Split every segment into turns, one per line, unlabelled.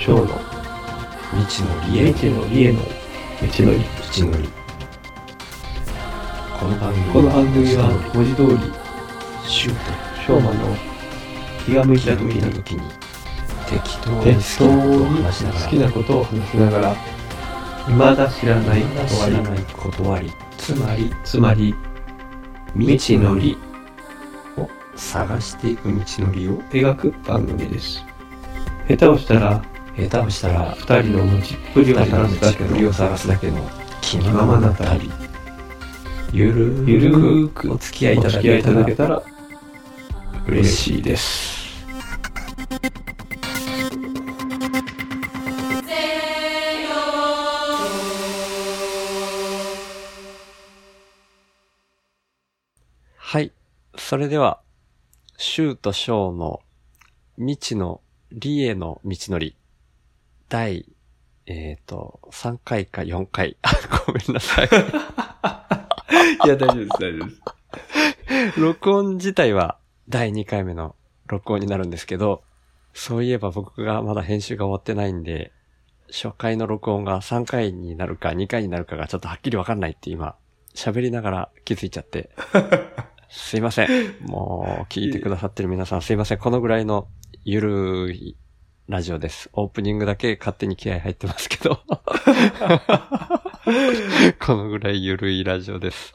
小の
未知の
家
理へ
知の家の道のり
道のりこの番組
この番組は文字通り
シュー
小馬の気が向い
ト
た
気が向い
時
た
に
時に適当に
適当
好
に
きなことを話しながら
好きなことを話しながら未だ知らない
知ら
終わ
ない
り
断り
つまりつまり
未知のりを探していく道のりを
描く番組です下手をしたら
下手をしたら
二人の持ちっぷりを
二人の
探すだ
ち
け
っぷり
の
を探すだけの気のままな旅ゆる
ゆる
く
ーく
お付き合いい
お
た
付
だ
き合い
け
い
た
ただ
ら
けたら
嬉
嬉
し
し
い
いです
はい。それでは、シューとショーの未知の理への道のり、第、えっ、と、3回か4回。 あごめんなさい。
いや大丈夫です大丈夫です
録音自体は第2回目の録音になるんですけど、そういえば僕がまだ編集が終わってないんで、初回の録音が3回になるか2回になるかがちょっとはっきりわかんないって今、喋りながら気づいちゃって。すいません。もう聞いてくださってる皆さんすいません。このぐらいのゆるいラジオです。オープニングだけ勝手に気合入ってますけ ど。このぐらいゆるいラジオです。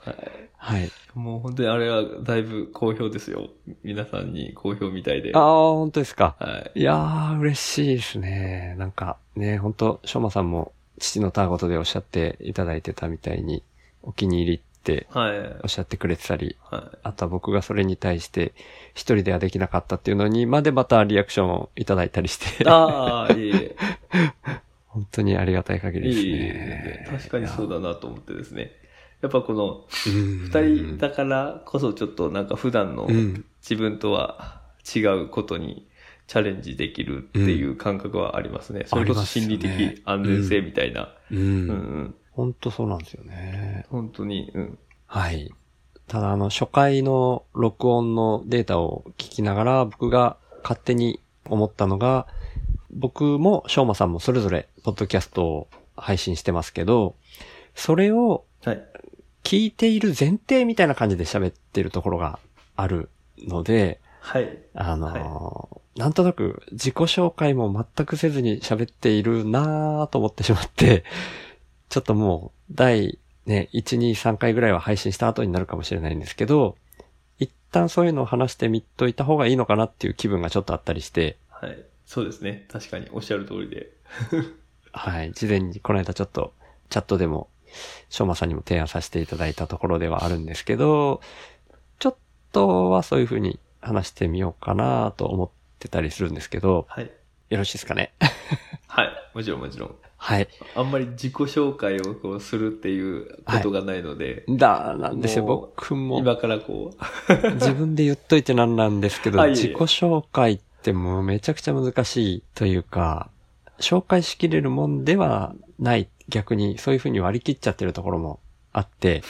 はい。
もう本当にあれはだいぶ好評ですよ皆さんに好評みたいで
ああ、本当ですか。
はい
いやー、嬉しいですね。なんか、ね、ほんと、しょうまさんも、父のたわごとでおっしゃっていただいてたみたいに、お気に入りって
はい
おっしゃってくれてたり、
は
あとは僕がそれに対して、一人ではできなかったっていうのに、までまたリアクションをいただいたりして
い、ああいえいえ
本当にありがたい限 りです
いい
ね。。
確かにそううだなと思ってですね。やっぱこの
二
二人だからこそちょっとなんか普段の
うん。
自分とは違うことにチャレンジできるっていう感覚はありますね。それこそ心理
ありますよ
的
ね
安全性みたいな。
う
うん、うん
ん。、
うん。
ほんとそうなんですよね。
本当に、うん。
はい。ただ、あの、初回の録音のデータを聞きながら、僕が勝手に思ったのが、僕も翔馬さんもそれぞれ、ポッドキャストを配信してますけど、それを
はい。
聞いている前提みたいな感じで喋ってるところがあるので、
はい。
あのーなんとなく自己紹介も全くせずに喋っているなぁと思ってしまって、 ちょっともう第ね、1、2、3回ぐらいは配信した後になるかもしれないんですけど、一旦そういうのを話してみといた方がいいのかなっていう気分がちょっとあったりして、
はい。そうですね。確かにおっしゃる通りで。
はい、事前にこの間ちょっとチャットでも、しょうまさんにも提案させていただいたところではあるんですけど、ちょっとはそういうふうに話してみようかなと思ってたりするんですけど、
はい。
よろしいですかね。
はい。もちろんもちろん。
はい。
あんまり自己紹介をこうするっていうことがないので、
だ、なんですよ。
もう
僕も、
今からこう、
自分で言っといてなんなんですけど、
あいえいえ
自己紹介ってもうめちゃくちゃ難しいというか、紹介しきれるもんではない。逆に、そういうふうに割り切っちゃってるところもあって、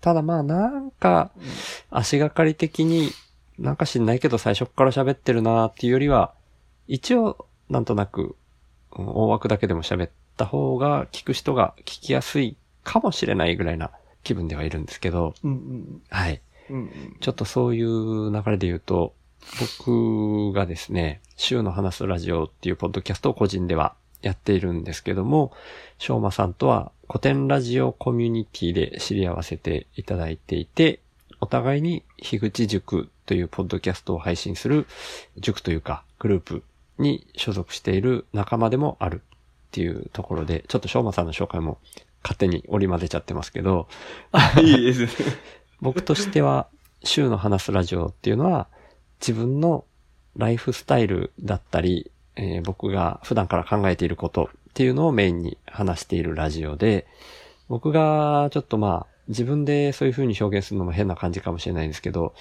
ただまあなんか、足がかり的に、なんか知んないけど最初っから喋ってるなーっていうよりは、一応、なんとなく、うん大枠だけでも喋った方が、聞く人が聞きやすいかもしれないぐらいな気分ではいるんですけど、
うんうん
はい。
うんうん。
ちょっとそういう流れで言うと、僕がですね、週の話すラジオっていうポッドキャストを個人ではやっているんですけども、しょうまさんとは古典ラジオコミュニティで知り合わせていただいていて、お互いに樋口塾というポッドキャストを配信する塾というかグループに所属している仲間でもあるっていうところで、ちょっとしょうまさんの紹介も勝手に織り混ぜちゃってますけど、
いいですね。
僕としては、週の話すラジオっていうのは、自分のライフスタイルだったり、えー僕が普段から考えていることっていうのをメインに話しているラジオで、僕がちょっとまあ、自分でそういう風に表現するのも変な感じかもしれないんですけど、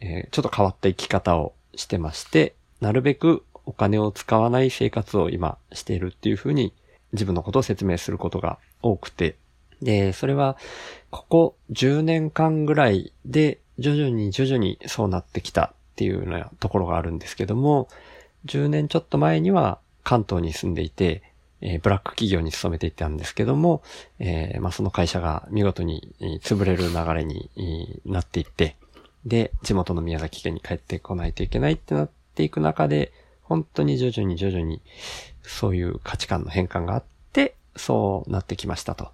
えーちょっと変わった生き方をしてまして、なるべくお金を使わない生活を今しているっていう風に自分のことを説明することが多くて、で、それはここ10年間ぐらいで徐々に徐々にそうなってきたっていうようなところがあるんですけども、10年ちょっと前には関東に住んでいて、えーブラック企業に勤めていたんですけども、えーまあ、その会社が見事にえー潰れる流れにえーなっていって、で、地元の宮崎県に帰ってこないといけないってなっていく中で、本当に徐々に徐々に、そういう価値観の変換があって、そうなってきましたと。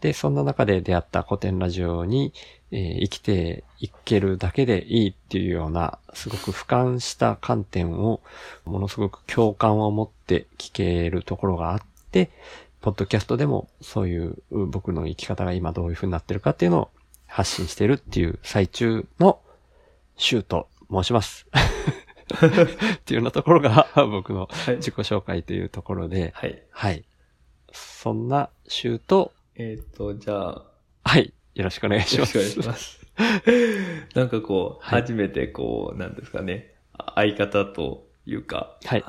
で、そんな中で出会った古典ラジオに、えー生きていけるだけでいいっていうような、すごく俯瞰した観点を、ものすごく共感を持って聞けるところがあって、ポッドキャストでもそういうう僕の生き方が今どういう風になってるかっていうのを発信してるっていう最中のシューと申します。っていうようなところが僕の
はい。
自己紹介というところで、
はい。
はい。そんなシューと、
えっ、と、じゃあ、
はい。よろしくお願いし
よろ
ま
し
す。
くお願いします。なんかこう、
はい
初めてこう、なんですかね、あ相方というか、
はい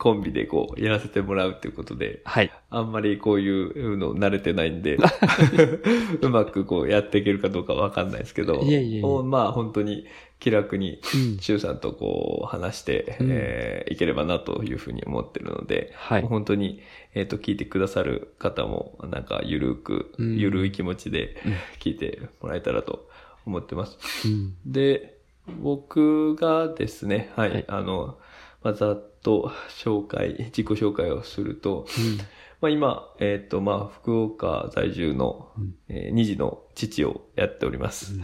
コンビでこう、やらせてもらうっていうことで、
はい。
あんまりこういうの慣れてないんで、 うまくこうやっていけるかどうかわかんないですけど、
いえいえいえ
おまあ本当に気楽に、
うん
シュウさんとこう話して、
うん
えーいければなというふうに思ってるので、
はい。
本当に、えっ、と、聞いてくださる方も、なんか、ゆるく、
うん
ゆるい気持ちで
うん
聞いてもらえたらと思ってます。
うん
で、僕がですね、はい、
はい
あの、まあ、ざっと紹介、自己紹介をすると、
うん
まあ、今、えっ、と、まあ、福岡在住の、
うん
えー二児の父をや っております。っ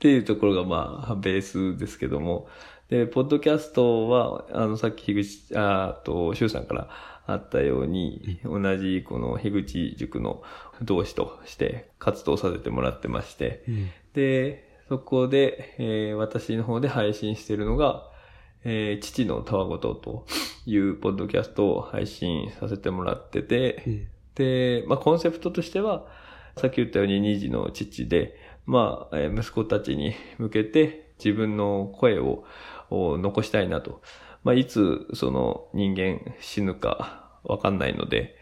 ていうところが、まあ、ベースですけども。で、ポッドキャストは、あの、さっき、樋口、ああと、周さんからあったように、同じ、この、樋口塾の同志として活動させてもらってまして、
うん
で、そこで、えー私の方で配信しているのが、えー父のたわごとというポッドキャストを配信させてもらってて、
うん
で、まあ、コンセプトとしては、さっき言ったように2児の父で、まあ、えー息子たちに向けて自分の声をお残したいなと。まあ、いつその人間死ぬかわかんないので、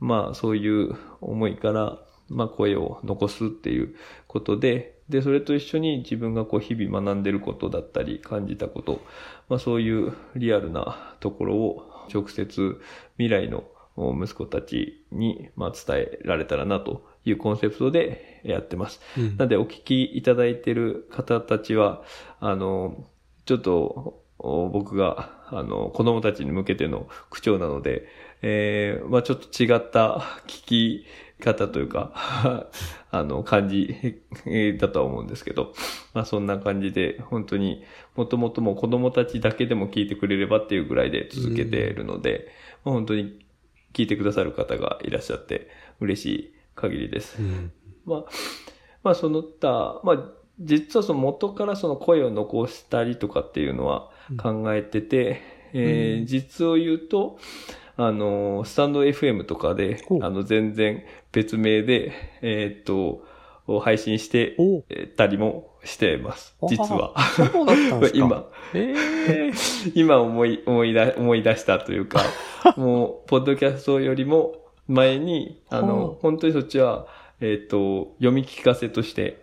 まあ、そういう思いから、まあ、声を残すっていうことで、で、それと一緒に自分がこう日々学んでることだったり感じたこと、まあ、そういうリアルなところを直接未来のお息子たちに、まあ、伝えられたらなというコンセプトでやってます。
うん
なので、お聞きいただいている方たちは、あの、ちょっと、お僕が、あの、子供たちに向けての口調なので、えーまあちょっと違った聞き方というか、 あの、感じ えーだとは思うんですけど、まあそんな感じで、本当にもともともう子供たちだけでも聞いてくれればっていうぐらいで続けているので、まあ本当に聞いてくださる方がいらっしゃって嬉しい限りです
う。ん
まあ、まあその他、まあ実はその元からその声を残したりとかっていうのは
うん
考えてて、えー
うん
実を言うと、あの、スタンド FM とかで
ほ、う
あの、全然別名で、えーっと、を配信して
おう
たりもしてます
あ。ー
実は。
そうだったんですか
今、
えー
今思い、思い出、思い出したと いうか、もう、ポッドキャストよりも前に、あ
ほ
の
う、
本当にそっちは、えっ、と、読み聞かせとして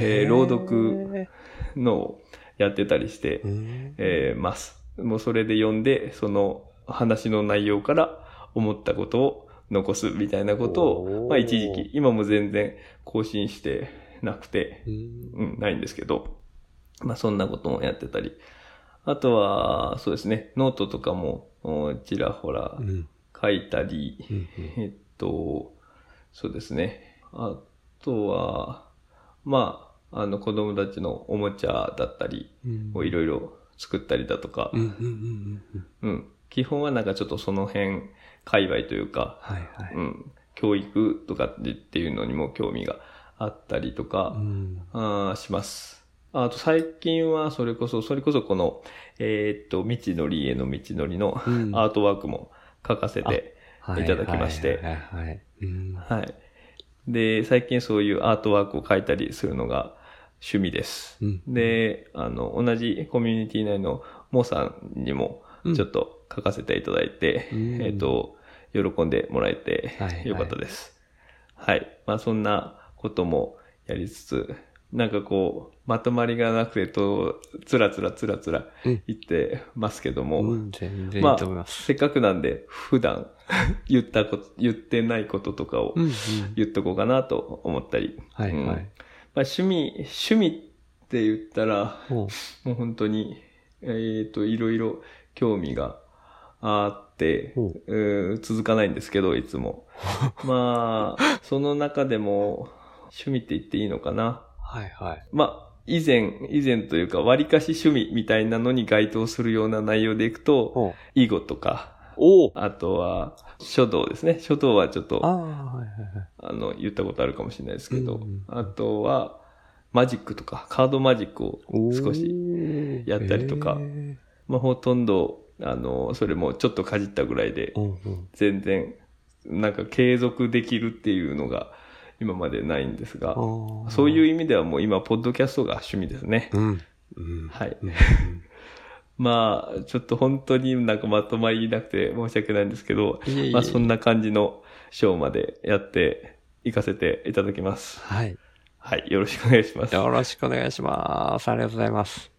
えー朗読のをやってたりして、
うん
えーます。もうそれで読んで、その話の内容から思ったことを残すみたいなこと
お
を
ー、
まあ一時期、今も全然更新してなくて、
うん
うん、ないんですけど、まあそんなこともやってたり、あとは、そうですね、ノートとかもおちらほら
うん
書いたり、
うん
えっと、そうですね、あとは、まあ、あの子供たちのおもちゃだったり
うん
をいろいろ作ったりだとか
う、んうんうんうん
うん、基本はなんかちょっとその辺、界隈というか、
はいはい
うん、教育とかっていうのにも興味があったりとか、
うん
あーします。あと最近はそれこそ、それこそこの、えーっと、道のりへの道のりの
うん
アートワークも書かせて、いただきまして
はいはいはいうん
はい。で、最近そういうアートワークを書いたりするのが趣味です。
うん
で、あの、同じコミュニティ内のモさんにも
うん
ちょっと書かせていただいて、
うん
えーっと、喜んでもらえて
はいはい
よかったです。はい。まあそんなこともやりつつ、なんかこう、まとまりがなくて、と、つらつらつらつら
うん
言ってますけども、
うん、全然い
ま
いと思い
あ、
ます。
せっかくなんで、普段 言ったこと、言ってないこととかを
うん、うん。
言っとこうかなと思ったり、
はい、
うん
はい。
まあ、趣味、趣味って言ったら、
も
もう本当に、えっ、と、いろいろ興味があって、
ほ
うー続かないんですけど、いつ も。まあ、その中でも、趣味って言っていいのかな。
う、はい、はい。
まあ、以前、以前というか、割かし趣味みたいなのに該当するような内容でいくと、
ほう。
囲碁とか、
おお
あとは、書道ですね。書道はちょっと、
ああ、
あ
はい、はい、はい。
の、言ったことあるかもしれないですけど、
うんうん
あとは、マジックとか、カードマジックを少しやったりとか
えー
まあ、ほとんど、あの、それもちょっとかじったぐらいで
う、んうん、
全然、なんか継続できるっていうのが今までないんですが、
ああ
そういう意味ではもう今、ポッドキャストが趣味ですね。
うん。うん。
はい。
うん
まあ、ちょっと本当になんかまとまりなくて申し訳ないんですけど、
いえいえ
まあそんな感じのショーまでやっていかせていただきます。
はい。
はい。よろしくお願いします。
よろしくお願いします。ありがとうございます。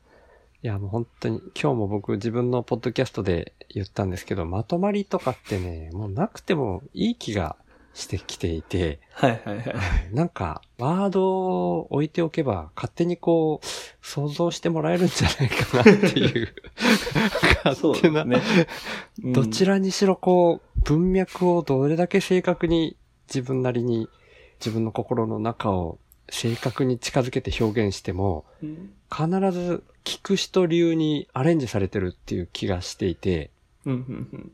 いや、もう本当に、今日も僕自分のポッドキャストで言ったんですけど、まとまりとかってね、もうなくてもいい気がしてきていて、
はいはいはい。
なんか、ワードを置いておけば、勝手にこう、想像してもらえるんじゃないかなって いう、
そう
勝手
で
な、
すね。うん
どちらにしろこう、文脈をどれだけ正確に自分なりに、自分の心の中を正確に近づけて表現しても、
うん
必ず聞く人流にアレンジされてるっていう気がしていて、
うんうん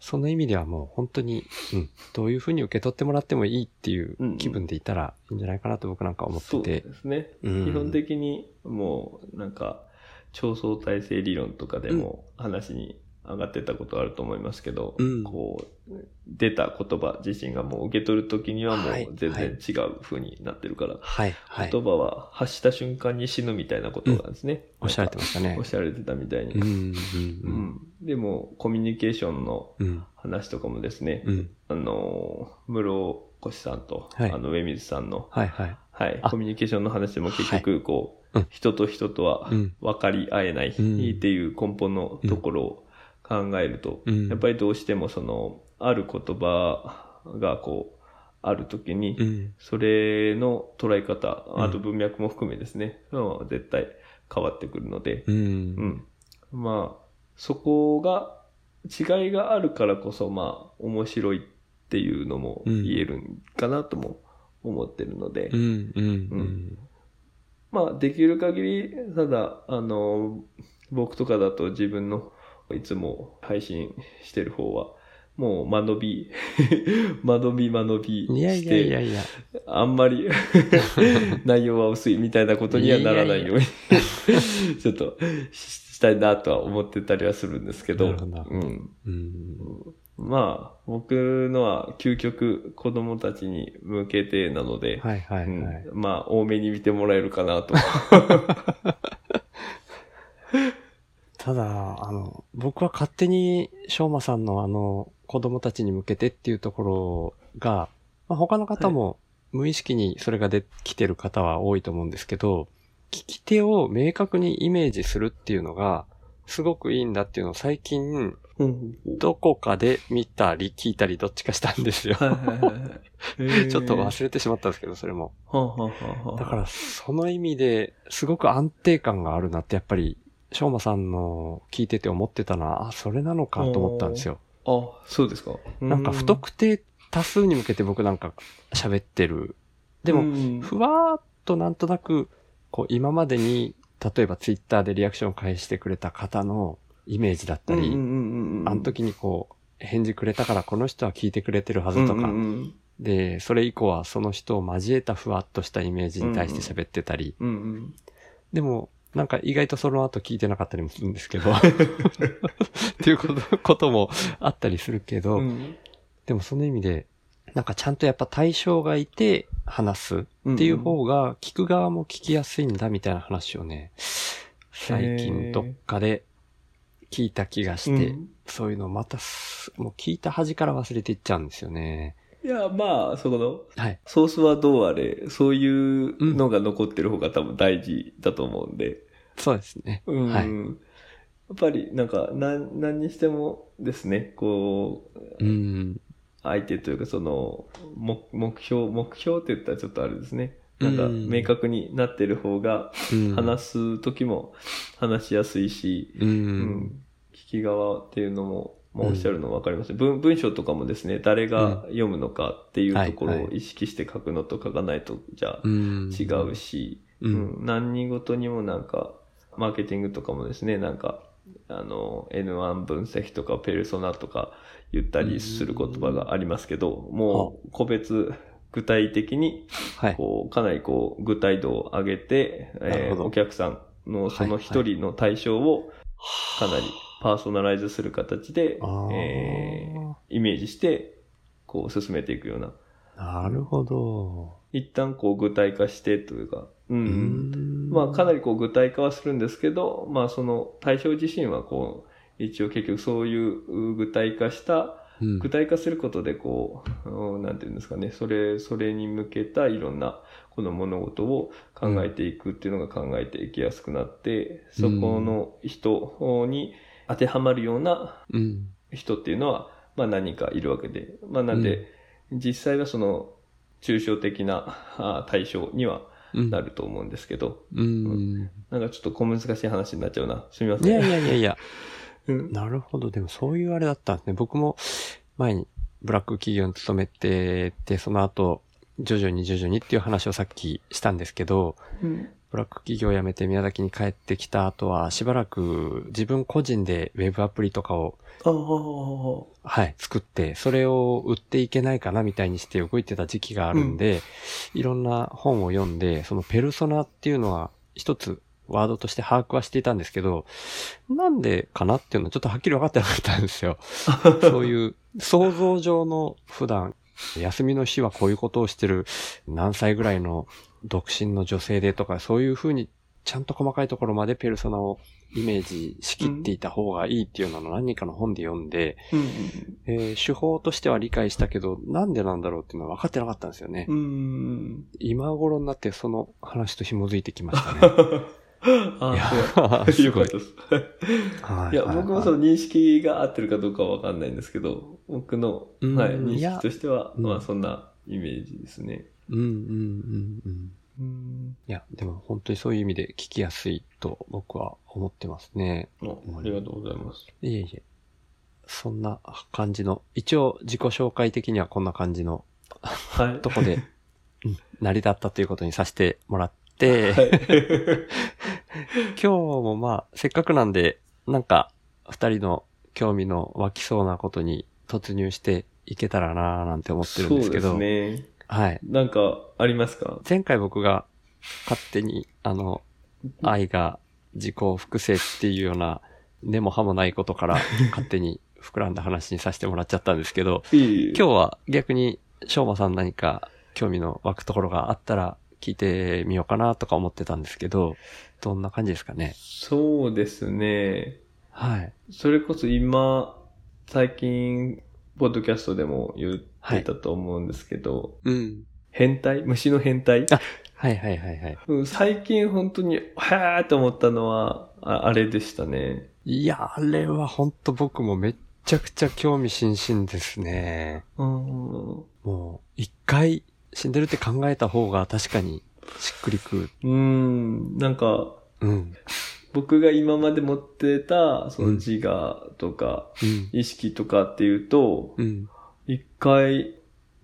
その意味ではもう本当に、うん、どういうふうに受け取ってもらってもいいっていう気分でいたらいいんじゃないかなと僕なんか
うん
思っ
そ
て
うで
て。
すね。
うん
基本的にもうなんか超相対性理論とかでも話に上がってたことあると思いますけど、
うん
こう出た言葉自身がもう受け取る時にはもう
はい
全然違う風になってるから、
はい、はい
言。葉は発した瞬間に死ぬみたいなことなんですね。
おっしゃられてました
なん
ね
かおっ。しゃられてたみたいに。
うん、う、
うんんでもコミュニケーションの
うん。うん、
話とかもですね、
うん。
あのー室越さんと、
はい
あの上水さんの
はい、はい。
はい、
あ
コミュニケーションの話でも結局、こう、
うん
人と人とは
うん
分かり合えないって
うん
いう根本のところを考えると、
うん
やっぱりどうしてもその、ある言葉がこう、あるときに、
うん。
それの捉え方、
ん
あと文脈も含めですね、そういうのは絶対変わってくるので、
う。
うんん。まあ、そこが、違いがあるからこそ、まあ、面白いっていうのも言えるんかなとも思ってるので、
うん、うん、う。
うんまあ、できる限り、ただ、あの、僕とかだと自分のいつも配信してる方は、もう間延び、 間延び間延びして、
いやいやいやいや。
あん まり内容は薄いみたいなことにはならないように ちょっとししたいなとは思ってたりはするんですけど、
なるほど
うん、
うん。
まあ、僕のは究極子供たちに向けてなので、
はい、はい、
うん
はい。
まあ、多めに見てもらえるかな と。
ただ、あの、僕は勝手に、しょうまさんのあの、子供たちに向けてっていうところが、まあ、他の方も無意識にそれができてる方は多いと思うんですけど、聞き手を明確にイメージするっていうのが、すごくいいんだっていうのを最近、どこかで見たり聞いたりどっちかしたんですよ。
はいはいはいはいへ ー
ちょっと忘れてしまったんですけど、それも。
はあはあはあ
だから、その意味で、すごく安定感があるなって、やっぱり、しょうまさんの聞いてて思ってたな、あ、それなのかと思ったんですよ。
あ、そうですか。
なんか、不特定多数に向けて僕なんか喋ってる。でも、
も
ふわーっとなんとなく、こう、今までに、例えばツイッターでリアクションを返してくれた方のイメージだったり、あの時にこう、返事くれたからこの人は聞いてくれてるはずとか、
うんうん
で、それ以降はその人を交えたふわっとしたイメージに対して喋ってたり、
うんうん
でも、なんか意外とその後聞いてなかったりもするんですけ ど、っていうことこともあったりするけど、
うんうん
でもその意味で、なんかちゃんとやっぱ対象がいて話すっていう方が聞く側も聞きやすいんだみたいな話をね、最近どっかで聞いた気がして、
うん
そういうのをまたす、もう聞いた端から忘れていっちゃうんですよね。
いや、まあ、そこの、
はい。
ソースはどうあれ、そういうのが残ってる方が多分大事だと思うんで。
そうですね。
うん。
はい
やっぱり、なんか、なん、何にしてもですね、こう、
うん。
相手というか、その、目、目標、目標って言ったらちょっとあれですね。なんか、
うん
明確になってる方が、
うん
話す時も話しやすいし、
う。
うんん。聞き側っていうのも、まあ、
うん
おっしゃるの分かります、文文章とかもですね、誰が読むのかっていうとこ
はい
ろを
は
意識して書くのと書かないと、じゃあ、
うん。
違うし、
う。
うんん、何事にもなんか、マーケティングとかもですね、なんか、あの、N1 分析とかペルソナとか言ったりする言葉がありますけど、もう個別、具体的に、
はい。
こう、かなりこう、具体度を上げて、
なる
え
ほ
ー
ど
お客さんのその
はい
一人の対象をかなりパーソナライズする形で、
ああ。
えーイメージして、こう、進めていくような。
なるほど。
一旦こう、具体化してというか、
う
うん
ん
まあかなりこう具体化はするんですけど、まあその対象自身はこう、一応結局そういう具体化した、
うん
具体化することでこう、うんなんていうんですかね、それ、それに向けたいろんなこの物事を考えていくっていうのが考えていきやすくなって、そこの人に当てはまるような
うん。
人っていうのは、まあ何人かいるわけで。まあなんで、実際はその、抽象的なあ対象には
うん
なると思うんですけど、
うん。
なんかちょっと小難しい話になっちゃうな。すみません。
いやいやいやいや。
うん
なるほど。でもそういうあれだったんですね。僕も前にブラック企業に勤めてて、その後、徐々に徐々にっていう話をさっきしたんですけど、ブラック企業を辞めて宮崎に帰ってきた後は、しばらく自分個人でウェブアプリとかを、
ああ、
はい、作って、それを売っていけないかなみたいにして動いてた時期があるんで、いろんな本を読んで、そのペルソナっていうのは一つワードとして把握はしていたんですけど、なんでかなっていうのはちょっとはっきり分かってなかったんです よ。そういう想像上の普段、休みの日はこういうことをしてる何歳ぐらいの独身の女性でとか、そういうふうにちゃんと細かいところまでペルソナをイメージしきっていた方がいいっていうのを何人かの本で読んで、
うん。
えー手法としては理解したけど、なんでなんだろうっていうのは分かってなかったんですよね。
うん。
今頃になってその話と紐づいてきましたね。いや
ああ、
ー
すご
すご
い。よかっ
い
た。です。
はい
や、僕もそ
の、
の認識が合ってるかどうかはわかんないんですけど、僕の、
うん
はい、認
いや
識としては、
うん
まあそんなイメージですね。
うんうんうんうん。
うん。
いや、でも本当にそういう意味で聞きやすいと僕は思ってますね。
あありがとうございます。
いえいえ。そんな感じの、一応自己紹介的にはこんな感じの
はい。
とこで、 うん成り立ったということにさせてもら って、
はい。
今日もまあ、せっかくなんで、なんか、二人の興味の湧きそうなことに突入していけたらなーなんて思ってるんですけど、
そうですね。
はい。
なんかありますか
前回僕が勝手に、あの、愛が自己複製っていうような、根も葉もないことから勝手に膨らんだ話にさせてもらっちゃったんですけ ど、
いい
今日は逆に、翔馬さん何か興味の湧くところがあったら聞いてみようかなとか思ってたんですけど、どんな感じですかね。
そうですね。
はい。
それこそ今、最近、ポッドキャストでも言ってたと思うんですけど、
うん。
変態虫の変態
あはいはいはいはい。
うん最近本当に、へーと思ったのは、ああれでしたね。
いや、あれは本当僕もめっちゃくちゃ興味津々ですね。
うん。う
もう、一回死んでるって考えた方が確かにしっくりくる。
ん。なんか、
うん。
僕が今まで持ってた、その
うん
自我とか、
うん。
意識とかっていうと、
うん。
一回、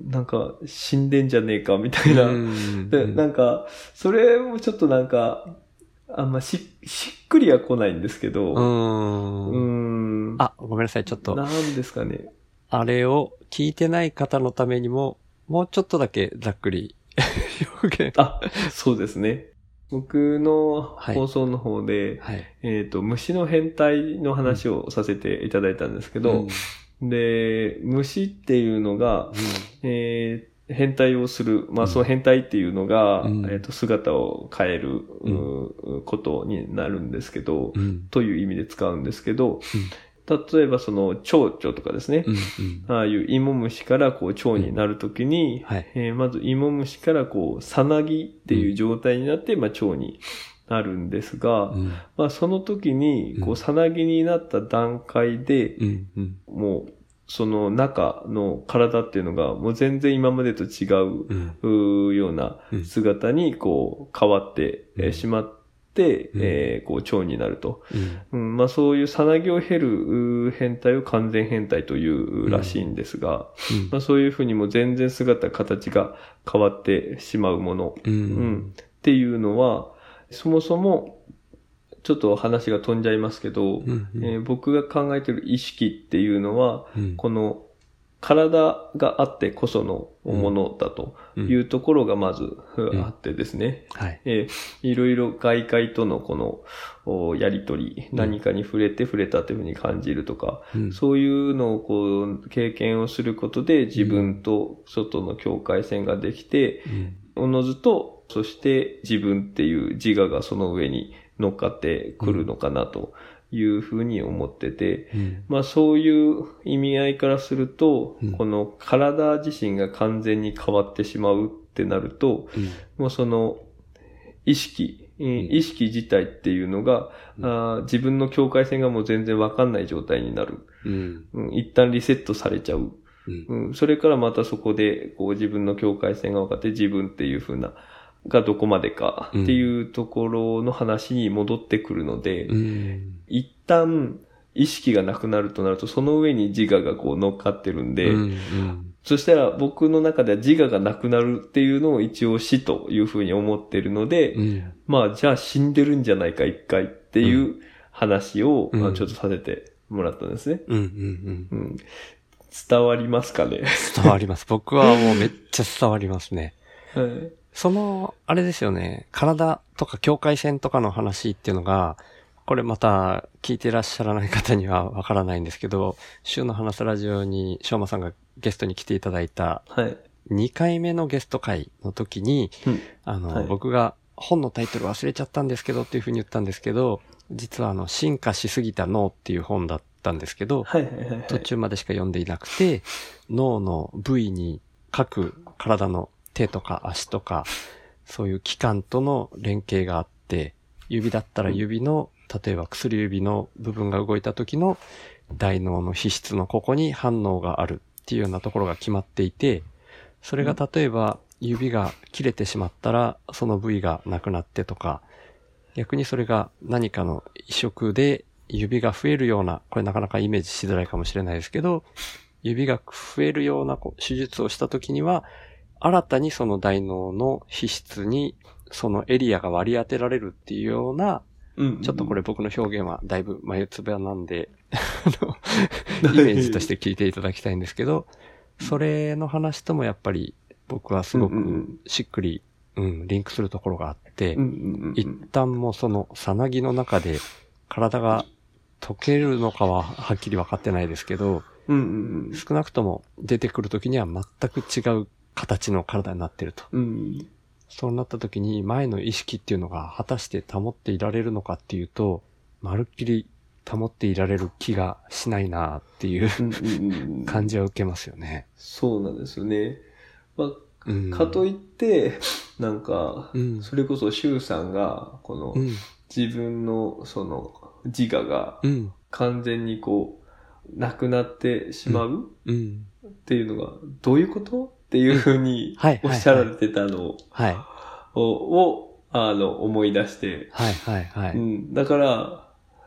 なんか、死んでんじゃねえか、みたいな。
うん
で、なんか、それもちょっとなんか、あんまし、しっくりは来ないんですけど、
うん
うーん。
あ、ごめんなさい。ちょっと、
なんですかね。
あれを聞いてない方のためにも、もうちょっとだけざっく り表現。
あ、そうですね。僕の
はい
放送の方で、
はい。
えっ、と、虫の変態の話をさせていただいたんですけど、で、虫っていうのが、えー変態をする、まあ、
うん
その変態っていうのが、
うん
えっ、と、姿を変える、
うん
うーことになるんですけど、
うん。うん。
という意味で使うんですけど、例えばその蝶々とかですね。
うん
ああいう芋虫からこう蝶になるときに、
はい
えーまず芋虫からこうさなぎっていう状態になって、まあ蝶になるんですが、
うん。
まあその時にこ
うん
うさなぎになった段階で、
うんうん。
もう、その中の体っていうのが、もう全然今までと違う
うん。
うーような
うん
姿に、こう、変わってえー
うん
しまって、
うん
えーこう、蝶になると。
うん。
うん、まあ、そういうさなぎを経るうー変態を完全変態というらしいんですが、まあ、そういうふうにもう全然姿、形が変わってしまうもの
うん。う
うんん。っていうのは、そもそも、ちょっと話が飛んじゃいますけ
う
ど、
んうん
えー僕が考えてる意識っていうのは、
うん
この体があってこそのものだというところがまず
ん
あってですね。
はい。
えーいろいろ外界とのこのおやりとり、
うん
何かに触れて触れたというふうに感じるとか、
うん
そういうのをこう経験をすることで自分と外の境界線ができて、
うん
おのずと、そして自分っていう自我がその上に乗っかってくるのかなというふうに思ってて、
うん
まあそういう意味合いからすると、
うん
この体自身が完全に変わってしまうってなると、
うん
もうその意識、うん意識自体っていうのが、
うん
あー自分の境界線がもう全然わかんない状態になる。
うん
うん一旦リセットされちゃう。
うん
うんそれからまたそこでこう自分の境界線が分かって自分っていう風な、がどこまでかっていうところの話に戻ってくるので、
うん
一旦意識がなくなるとなると、その上に自我がこう乗っかってるんで、
うん
そしたら僕の中では自我がなくなるっていうのを一応死というふうに思ってるので、
うん
まあじゃあ死んでるんじゃないか一回っていう話を、
うん
まあちょっとさせてもらったんですね。
うんうん
うん、伝わりますかね、
伝わります。僕はもうめっちゃ伝わりますね。
はい
その、あれですよね、体とか境界線とかの話っていうのが、これまた聞いてらっしゃらない方にはわからないんですけど、週の話すラジオに翔馬さんがゲストに来ていただいた
はい。
2回目のゲスト会の時に、
うん
あの、
はい
僕が本のタイトル忘れちゃったんですけどっていうふうに言ったんですけど、実はあの、進化しすぎた脳っていう本だったんですけど、
はいはいはいはい。
途中までしか読んでいなくて、脳の部位に各体の手とか足とか、そういう器官との連携があって、指だったら指の、例えば薬指の部分が動いた時の大脳の皮質のここに反応があるっていうようなところが決まっていて、それが例えば指が切れてしまったらその部位がなくなってとか、逆にそれが何かの移植で指が増えるような、これなかなかイメージしづらいかもしれないですけど、指が増えるようなこう手術をした時には、新たにその大脳の皮質にそのエリアが割り当てられるっていうような、
うん。
ちょっとこれ、僕の表現はだいぶ眉つばなんで、あのイメージとしてて聞いていただきたいんですけど、それの話ともやっぱり僕はすご
うんうんう
くしっくり、うん、リンクするところがあって、
うんうんう
一
ん
旦もうそのさなぎの中で体が溶けるのかははっきり分かってないですけど、
うん。うんうん
少なくとも出てくる時には全く違う形の体になってると。
うん。うん。
そうなった時に前の意識っていうのが果たして保っていられるのかっていうと、まるっきり保っていられる気がしないなっていう
うんうんうんうん
感じは受けますよね。
そうなんですよね。ま
うん
あ、かといって、なんか
う、ん。
それこそ周さんが、この
うん。
自分のその自我が
うん。
完全にこう、なくなってしまう
うん。
っていうのが、どういうことっていうふうに
はい
おっしゃられてたのを、
はい。
をあの、思い出して、
はいはいは
う
い。
ん。だから、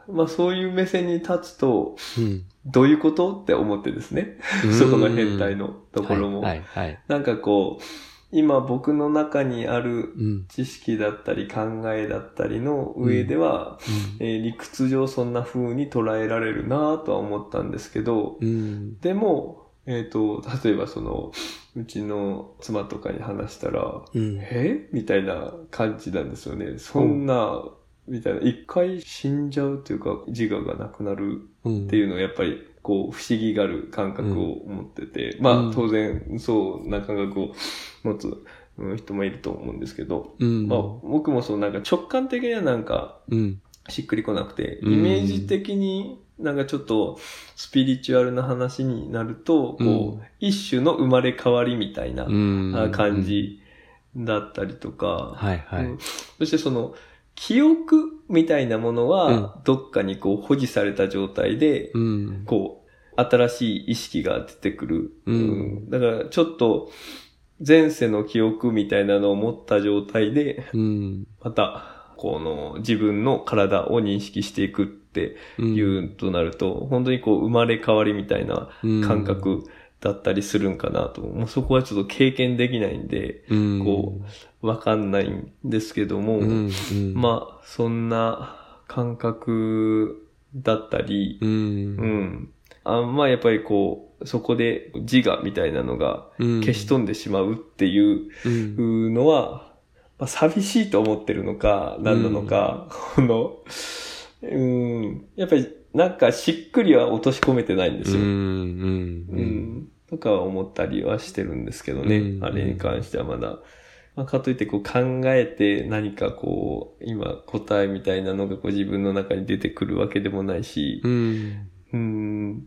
まあそういう目線に立つと、
うん。
どういうことって思ってですね。そこの変態のところも。
はいはいはい。
なんかこう、今僕の中にある
うん。うん
知識だったり考えだったりの上では、えー理屈上そんな風に捉えられるなぁとは思ったんですけど、
うん。
でも、えっ、と、例えばその、うちの妻とかに話したら、
うん。
えみたいな感じなんですよね。そんな、みたいな。一回死んじゃうというか、自我がなくなる
うん。
っていうのはやっぱりこう不思議がある感覚を持ってて、
う
ま
ん
あ当然そうな感覚を持つうん人もいると思うんですけど、
うん。
まあ僕もそうなんか直感的にはなんか
うん。
しっくりこなくて、イ
うん
メージ的になんかちょっとスピリチュアルな話になると、こ
う
う、一種の生まれ変わりみたいな
うん
あ感。じだったりとか、
はいは
う
い
ん。そしてその、記憶みたいなもの
うん
は、どっかにこう保持された状態で、
うん。
こう、新しい意識が出てくる。
うん
だから、ちょっと、前世の記憶みたいなのを持った状態で、
うん。
また、この自分の体を認識していくって
うん
いうとなると、本当にこう生まれ変わりみたいな感。覚だったりするんかなと。もうそこはちょっと経験できないんで、
うん。
こわかんないんですけども、
うん。うん。
まあ、そんな感覚だったり、
うん。
うん。あまあ、やっぱりこう、そこで自我みたいなのが
うん。
消し飛んでしまうっていう
うん。
のは、まあ、寂しいと思ってるのか、何なのか、この、うん、やっぱりなんかしっくりは落とし込めてないんです
う
よ。
ん。
う
うんん。
とか思ったりはしてるんですけどね、
うん
あれに関してはまだ。まあ、かといってこう考えて何かこう、今答えみたいなのがこう自分の中に出てくるわけでもないし、
うん。
うーん、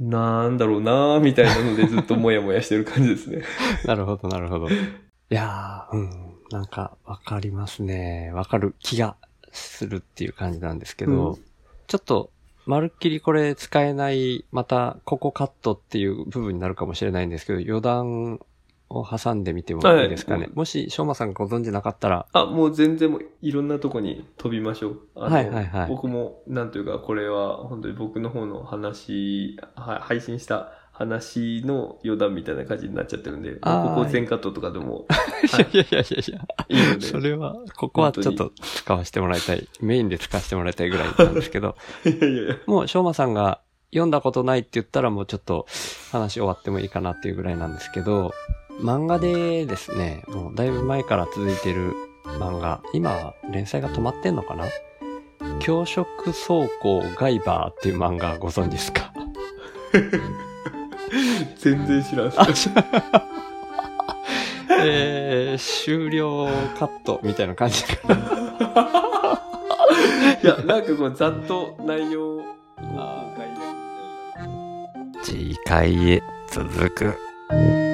なんだろうなーみたいなのでずっともやもやしてる感じです ね。
なるほど、なるほど。いやー、うん。なんか、わかりますね。わかる気がするっていう感じなんですけど、
うん
ちょっと、まるっきりこれ使えない、また、ここカットっていう部分になるかもしれないんですけど、余談を挟んでみてもいいですかね。
はい
もし、しょうまさんがご存知なかったら、
あ、もう全然もういろんなとこに飛びましょう。あの
はいはいはい
僕も、なんというかこれは本当に僕の方の話、は配信した話の余談みたいな感じになっちゃってるんで、
あー
ここ全カットとかでも
い、やいやいやいや、
いいので。
それは、ここはちょっと使わせてもらいたい。メインで使わせてもらいたいぐらいなんですけど、
いやいやいや。
もう、しょうまさんが読んだことないって言ったらもうちょっと話終わってもいいかなっていうぐらいなんですけど、漫画でですね、もうだいぶ前から続いてる漫画、今は連載が止まってんのかな教職走行ガイバーっていう漫画ご存知ですか
全然知らん。
あ、しえー、終了カットみたいな感じかな。
いや、なんかこう、ざっと内容を
あ
公開できたら
次回へ続く。